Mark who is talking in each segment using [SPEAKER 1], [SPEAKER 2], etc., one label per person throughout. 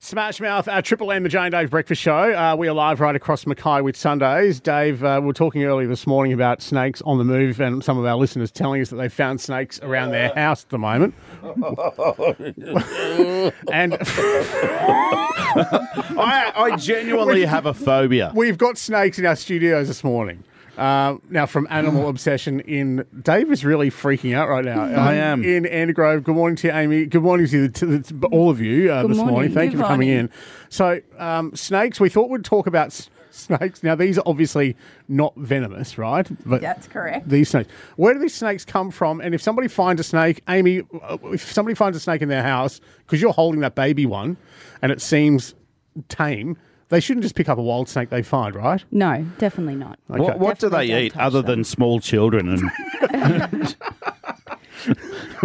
[SPEAKER 1] Smash Mouth, uh, Triple M, the Jane Dave Breakfast Show. Uh, we are live right across Mackay with Sundays. Dave, uh, we were talking earlier this morning about snakes on the move, and some of our listeners telling us that they found snakes around their house at the moment. and
[SPEAKER 2] I, I genuinely have a phobia.
[SPEAKER 1] we've got snakes in our studios this morning. Uh, now, from Animal Obsession in Dave is really freaking out right now. Um,
[SPEAKER 2] I am.
[SPEAKER 1] in Angrove. Good morning to you, Amy. Good morning to, you, to, the, to all of you uh,
[SPEAKER 3] Good
[SPEAKER 1] this morning.
[SPEAKER 3] morning.
[SPEAKER 1] Thank
[SPEAKER 3] Good
[SPEAKER 1] you for coming
[SPEAKER 3] morning.
[SPEAKER 1] in. So, um, snakes. We thought we'd talk about s- snakes. Now, these are obviously not venomous, right? But
[SPEAKER 3] That's correct.
[SPEAKER 1] These snakes. Where do these snakes come from? And if somebody finds a snake, Amy, uh, if somebody finds a snake in their house because you're holding that baby one, and it seems tame, they shouldn't just pick up a wild snake they find, right?
[SPEAKER 3] No, definitely not.
[SPEAKER 2] What, what do they
[SPEAKER 3] Definitely don't
[SPEAKER 2] eat
[SPEAKER 3] touch
[SPEAKER 2] other
[SPEAKER 3] them.
[SPEAKER 2] than small children? And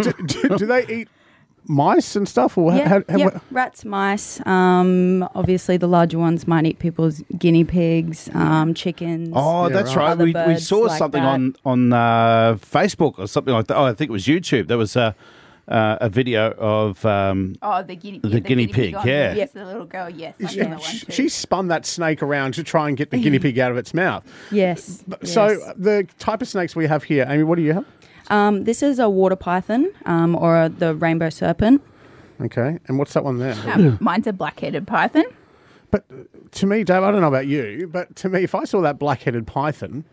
[SPEAKER 1] do, do they eat mice and stuff? Or
[SPEAKER 3] Yeah,
[SPEAKER 1] how, how,
[SPEAKER 3] yeah. Rats, mice. Um, obviously, the larger ones might eat people's guinea pigs, um, chickens.
[SPEAKER 2] oh,
[SPEAKER 1] Yeah,
[SPEAKER 2] that's
[SPEAKER 1] right.
[SPEAKER 2] right.
[SPEAKER 3] Other
[SPEAKER 2] We, we
[SPEAKER 3] birds
[SPEAKER 2] saw
[SPEAKER 3] like
[SPEAKER 2] something
[SPEAKER 3] that.
[SPEAKER 2] on on uh, Facebook or something like that. Oh, I think it was YouTube. There was a uh, a video of um,
[SPEAKER 4] Oh, the guinea
[SPEAKER 2] The guinea pig,
[SPEAKER 4] on-
[SPEAKER 2] yeah.
[SPEAKER 4] Yes, the little girl, yes. I know that one
[SPEAKER 1] She,
[SPEAKER 4] too.
[SPEAKER 1] she spun that snake around to try and get the guinea pig out of its mouth.
[SPEAKER 3] Yes.
[SPEAKER 1] But- So
[SPEAKER 3] yes.
[SPEAKER 1] uh, the type of snakes we have here, Amy, what do you have?
[SPEAKER 3] um, this is a water python um, or a, the rainbow serpent.
[SPEAKER 1] Okay, and what's that one there?
[SPEAKER 4] Um, mine's a black-headed python.
[SPEAKER 1] But uh, to me, Dave, I don't know about you, but to me, if I saw that black-headed python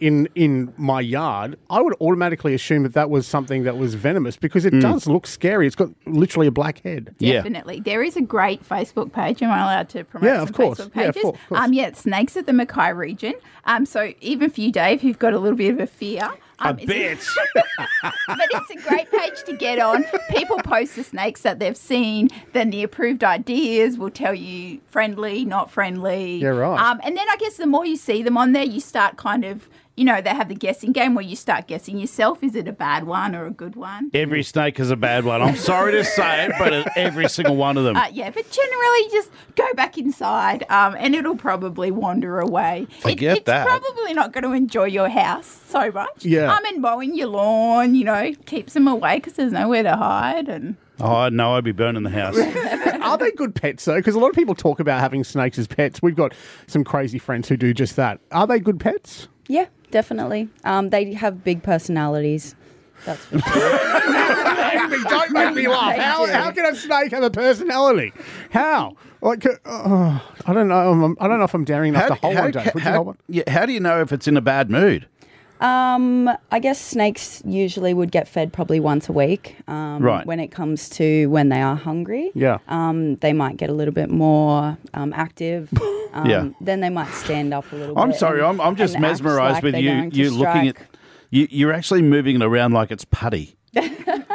[SPEAKER 1] in in my yard, I would automatically assume that that was something that was venomous because it does look scary. It's got literally a black head.
[SPEAKER 2] Yeah.
[SPEAKER 4] Definitely. There is a great Facebook page. Am I allowed to promote
[SPEAKER 1] Yeah,
[SPEAKER 4] some
[SPEAKER 1] of course.
[SPEAKER 4] Facebook
[SPEAKER 1] Yeah, of
[SPEAKER 4] pages?
[SPEAKER 1] course, of course.
[SPEAKER 4] Um, yeah, it's snakes at the Mackay region. Um, so even for you, Dave, who've got a little bit of a fear. Um,
[SPEAKER 2] a
[SPEAKER 4] it's a-
[SPEAKER 2] bit.
[SPEAKER 4] but it's a great page to get on. People post the snakes that they've seen. Then the approved ideas will tell you friendly, not friendly.
[SPEAKER 1] Yeah, right.
[SPEAKER 4] Um, and then I guess the more you see them on there, you start kind of, you know, they have the guessing game where you start guessing yourself. Is it a bad one or a good one?
[SPEAKER 2] Every snake is a bad one. I'm sorry to say it, but it- every single one of them.
[SPEAKER 4] Uh, yeah, but generally, just go back inside, um, and it'll probably wander away. It-
[SPEAKER 2] Forget
[SPEAKER 4] it's
[SPEAKER 2] that.
[SPEAKER 4] probably not going to enjoy your house so much.
[SPEAKER 1] Yeah.
[SPEAKER 4] Um, and mowing your lawn, you know, keeps them away because there's nowhere to hide. And
[SPEAKER 2] oh no, I'd be burning the house.
[SPEAKER 1] Are they good pets though? Because a lot of people talk about having snakes as pets. We've got some crazy friends who do just that. Are they good pets?
[SPEAKER 3] Yeah, definitely. Um, they have big personalities. That's for sure.
[SPEAKER 1] Amy, don't make me laugh. How, how can a snake have a personality? How? Like, uh, oh, I don't know. I'm, I don't know if I'm daring enough to hold one. James. Would you
[SPEAKER 2] how-
[SPEAKER 1] hold one?
[SPEAKER 2] yeah, how do you know if it's in a bad mood?
[SPEAKER 3] Um, I guess snakes usually would get fed probably once a week. Um,
[SPEAKER 2] Right.
[SPEAKER 3] When it comes to when they are hungry.
[SPEAKER 1] Yeah.
[SPEAKER 3] Um, they might get a little bit more um, active. Um,
[SPEAKER 2] Yeah.
[SPEAKER 3] Then they might stand up a little bit.
[SPEAKER 2] I'm sorry,
[SPEAKER 3] and-
[SPEAKER 2] I'm, I'm just
[SPEAKER 3] and act
[SPEAKER 2] mesmerised
[SPEAKER 3] like
[SPEAKER 2] with
[SPEAKER 3] they're
[SPEAKER 2] you.
[SPEAKER 3] going to
[SPEAKER 2] You looking at
[SPEAKER 3] strike.
[SPEAKER 2] you. You're actually moving it around like it's putty,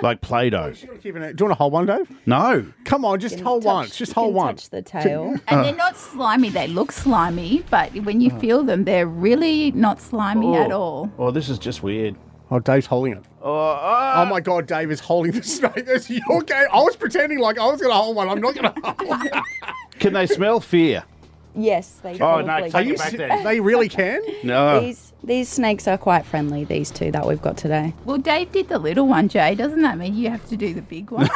[SPEAKER 2] like Play-Doh.
[SPEAKER 1] Do you want to keep an- do you want to hold one, Dave?
[SPEAKER 2] No,
[SPEAKER 1] Come on, just hold
[SPEAKER 3] touch-
[SPEAKER 1] one. Just
[SPEAKER 3] you
[SPEAKER 1] hold
[SPEAKER 3] can
[SPEAKER 1] one.
[SPEAKER 3] Touch the tail.
[SPEAKER 4] and they're not slimy. They look slimy, but when you feel them, they're really not slimy at all.
[SPEAKER 2] Oh, this is just weird.
[SPEAKER 1] Oh, Dave's holding it.
[SPEAKER 2] Oh, ah.
[SPEAKER 1] Oh my God, Dave is holding the snake. That's your game. I was pretending like I was going to hold one. I'm not going to hold one.
[SPEAKER 2] can they smell fear?
[SPEAKER 3] Yes, they.
[SPEAKER 2] Oh, no,
[SPEAKER 3] probably
[SPEAKER 2] take
[SPEAKER 3] do.
[SPEAKER 2] it back. then.
[SPEAKER 1] They really can.
[SPEAKER 2] No.
[SPEAKER 3] These these snakes are quite friendly. These two that we've got today.
[SPEAKER 4] Well, Dave did the little one, Jay. Doesn't that mean you have to do the big one?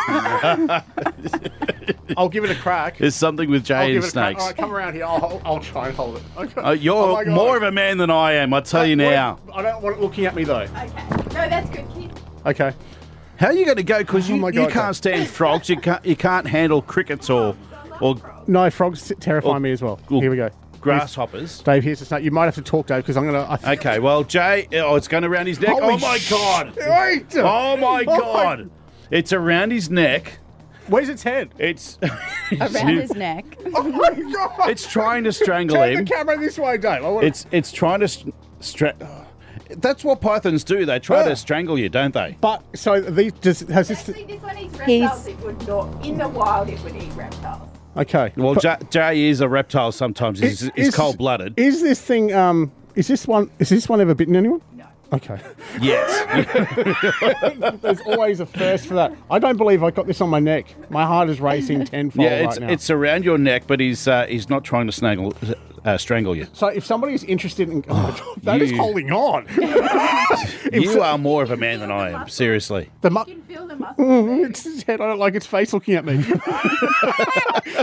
[SPEAKER 1] I'll give it a crack.
[SPEAKER 2] There's something with
[SPEAKER 1] I'll
[SPEAKER 2] Jay
[SPEAKER 1] give
[SPEAKER 2] and
[SPEAKER 1] it a crack.
[SPEAKER 2] snakes.
[SPEAKER 1] All right, come around here. I'll, hold- I'll try and hold it. Okay.
[SPEAKER 2] Uh,
[SPEAKER 1] Oh my
[SPEAKER 2] you're
[SPEAKER 1] God.
[SPEAKER 2] more of a man than I am. I tell you now.
[SPEAKER 1] I don't want it looking at me though.
[SPEAKER 4] okay. No, that's good, kid.
[SPEAKER 1] Okay.
[SPEAKER 2] How are you going to go? Because
[SPEAKER 1] Oh
[SPEAKER 2] you,
[SPEAKER 1] my
[SPEAKER 2] you
[SPEAKER 1] God, Dave.
[SPEAKER 2] can't stand frogs. You can't you can't handle crickets or or
[SPEAKER 1] No, frogs terrify
[SPEAKER 2] Or-
[SPEAKER 1] me as well.
[SPEAKER 2] or
[SPEAKER 1] Here we go.
[SPEAKER 2] grasshoppers.
[SPEAKER 1] Dave, here's the snake. You might have to talk, Dave, because I'm gonna. I think-
[SPEAKER 2] Okay, well Jay, oh, it's going around his neck.
[SPEAKER 1] Holy
[SPEAKER 2] oh my
[SPEAKER 1] sh-
[SPEAKER 2] god!
[SPEAKER 1] Wait.
[SPEAKER 2] Oh my
[SPEAKER 1] Oh my-
[SPEAKER 2] god! It's around his neck.
[SPEAKER 1] Where's its head?
[SPEAKER 2] It's
[SPEAKER 3] Around his neck.
[SPEAKER 1] Oh my god!
[SPEAKER 2] it's trying to strangle
[SPEAKER 1] Turn the
[SPEAKER 2] him.
[SPEAKER 1] camera this way, Dave. I want
[SPEAKER 2] It's it's trying to str- stra- That's what pythons do. They try
[SPEAKER 1] Yeah.
[SPEAKER 2] to strangle you, don't they?
[SPEAKER 1] But so these does has this?
[SPEAKER 4] Actually, this one eats
[SPEAKER 3] He's-
[SPEAKER 4] reptiles. It would not. In the wild, it would eat reptiles.
[SPEAKER 1] Okay.
[SPEAKER 2] Well,
[SPEAKER 1] But
[SPEAKER 2] Jay, Jay is a reptile. Sometimes he's,
[SPEAKER 1] is-
[SPEAKER 2] he's
[SPEAKER 1] is-
[SPEAKER 2] cold blooded.
[SPEAKER 1] Is this thing? Um, is this one? Is this one ever bitten anyone?
[SPEAKER 4] No.
[SPEAKER 1] Okay.
[SPEAKER 2] Yes.
[SPEAKER 1] There's always a first for that. I don't believe I got this on my neck. My heart is racing tenfold
[SPEAKER 2] yeah, it's
[SPEAKER 1] right now.
[SPEAKER 2] it's around your neck, but he's uh, he's not trying to snaggle, uh, strangle you.
[SPEAKER 1] So if somebody is interested in oh that is
[SPEAKER 2] Oh, you-
[SPEAKER 1] holding on.
[SPEAKER 2] You are more of a man than I am, seriously.
[SPEAKER 1] The mu-
[SPEAKER 4] You can feel the muscles.
[SPEAKER 1] it's his head. I don't like its face looking at me.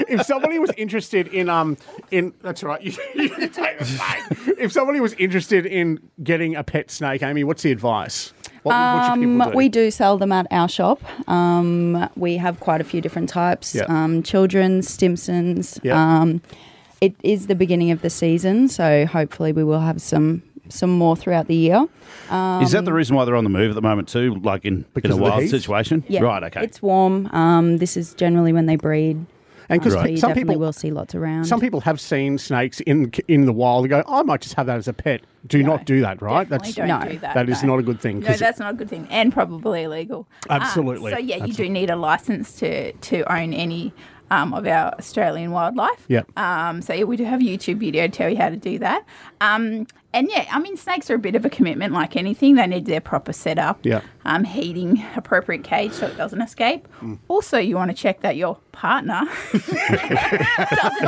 [SPEAKER 1] if somebody was interested in um in that's all right. You, you take the snake. If somebody was interested in getting a pet snake, Amy, what's the advice? What, what should people
[SPEAKER 3] Um, we do sell them at our shop. Um, we have quite a few different types
[SPEAKER 1] Yeah.
[SPEAKER 3] um, children's, Stimson's.
[SPEAKER 1] Yeah.
[SPEAKER 3] Um, it is the beginning of the season, so hopefully we will have some some more throughout the year.
[SPEAKER 2] Is
[SPEAKER 1] Um,
[SPEAKER 2] that the reason why they're on the move at the moment too? Like in, in
[SPEAKER 1] Because
[SPEAKER 2] a
[SPEAKER 1] of the
[SPEAKER 2] wild
[SPEAKER 1] heat?
[SPEAKER 2] situation?
[SPEAKER 3] Yeah,
[SPEAKER 2] Right, okay.
[SPEAKER 3] It's warm. Um, this is generally when they breed.
[SPEAKER 1] and because
[SPEAKER 3] So you
[SPEAKER 1] some
[SPEAKER 3] definitely
[SPEAKER 1] people
[SPEAKER 3] will see lots around.
[SPEAKER 1] some people have seen snakes in in the wild and go, I might just have that as a pet. Do not do that, right?
[SPEAKER 4] Definitely
[SPEAKER 1] That's
[SPEAKER 4] don't
[SPEAKER 3] No,
[SPEAKER 4] do that.
[SPEAKER 1] that is
[SPEAKER 4] no.
[SPEAKER 1] not a good thing.
[SPEAKER 4] No,
[SPEAKER 1] 'cause it-
[SPEAKER 4] that's not a good thing, and probably illegal. Um,
[SPEAKER 1] Absolutely.
[SPEAKER 4] so yeah, you do need a license to to own any um, of our Australian wildlife.
[SPEAKER 1] Yeah.
[SPEAKER 4] Um, so yeah, we do have a YouTube video to tell you how to do that. Um, and yeah, I mean snakes are a bit of a commitment, like anything. They need their proper setup.
[SPEAKER 1] Yeah.
[SPEAKER 4] Um, heating, appropriate cage so it doesn't escape.
[SPEAKER 1] Mm.
[SPEAKER 4] Also, you want to check that your partner doesn't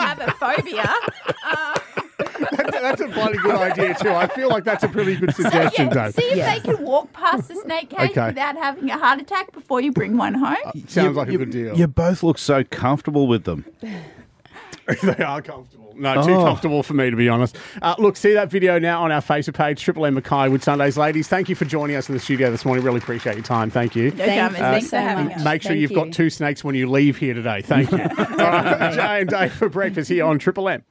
[SPEAKER 4] have a phobia.
[SPEAKER 1] That's a bloody good idea too. I feel like that's a pretty good suggestion,
[SPEAKER 4] Yeah,
[SPEAKER 1] Dave.
[SPEAKER 4] see if they can walk past the snake cage
[SPEAKER 1] Okay.
[SPEAKER 4] without having a heart attack before you bring one home.
[SPEAKER 1] Sounds
[SPEAKER 2] You-
[SPEAKER 1] like a
[SPEAKER 2] you-
[SPEAKER 1] good deal.
[SPEAKER 2] You both look so comfortable with them.
[SPEAKER 1] they are comfortable. No, too
[SPEAKER 2] Oh.
[SPEAKER 1] comfortable for me to be honest. Uh, look, see that video now on our Facebook page, Triple M Mackay with Sundays, ladies. Thank you for joining us in the studio this morning. Really appreciate your time. Thank you. Uh,
[SPEAKER 4] No
[SPEAKER 3] Thank
[SPEAKER 4] dramas.
[SPEAKER 3] you
[SPEAKER 4] Thanks
[SPEAKER 3] so
[SPEAKER 4] for having
[SPEAKER 3] much.
[SPEAKER 4] us.
[SPEAKER 1] Make sure
[SPEAKER 3] Thank
[SPEAKER 1] you've got
[SPEAKER 3] you.
[SPEAKER 1] two snakes when you leave here today. Thank you. All right, Jay and Dave for breakfast here on Triple M.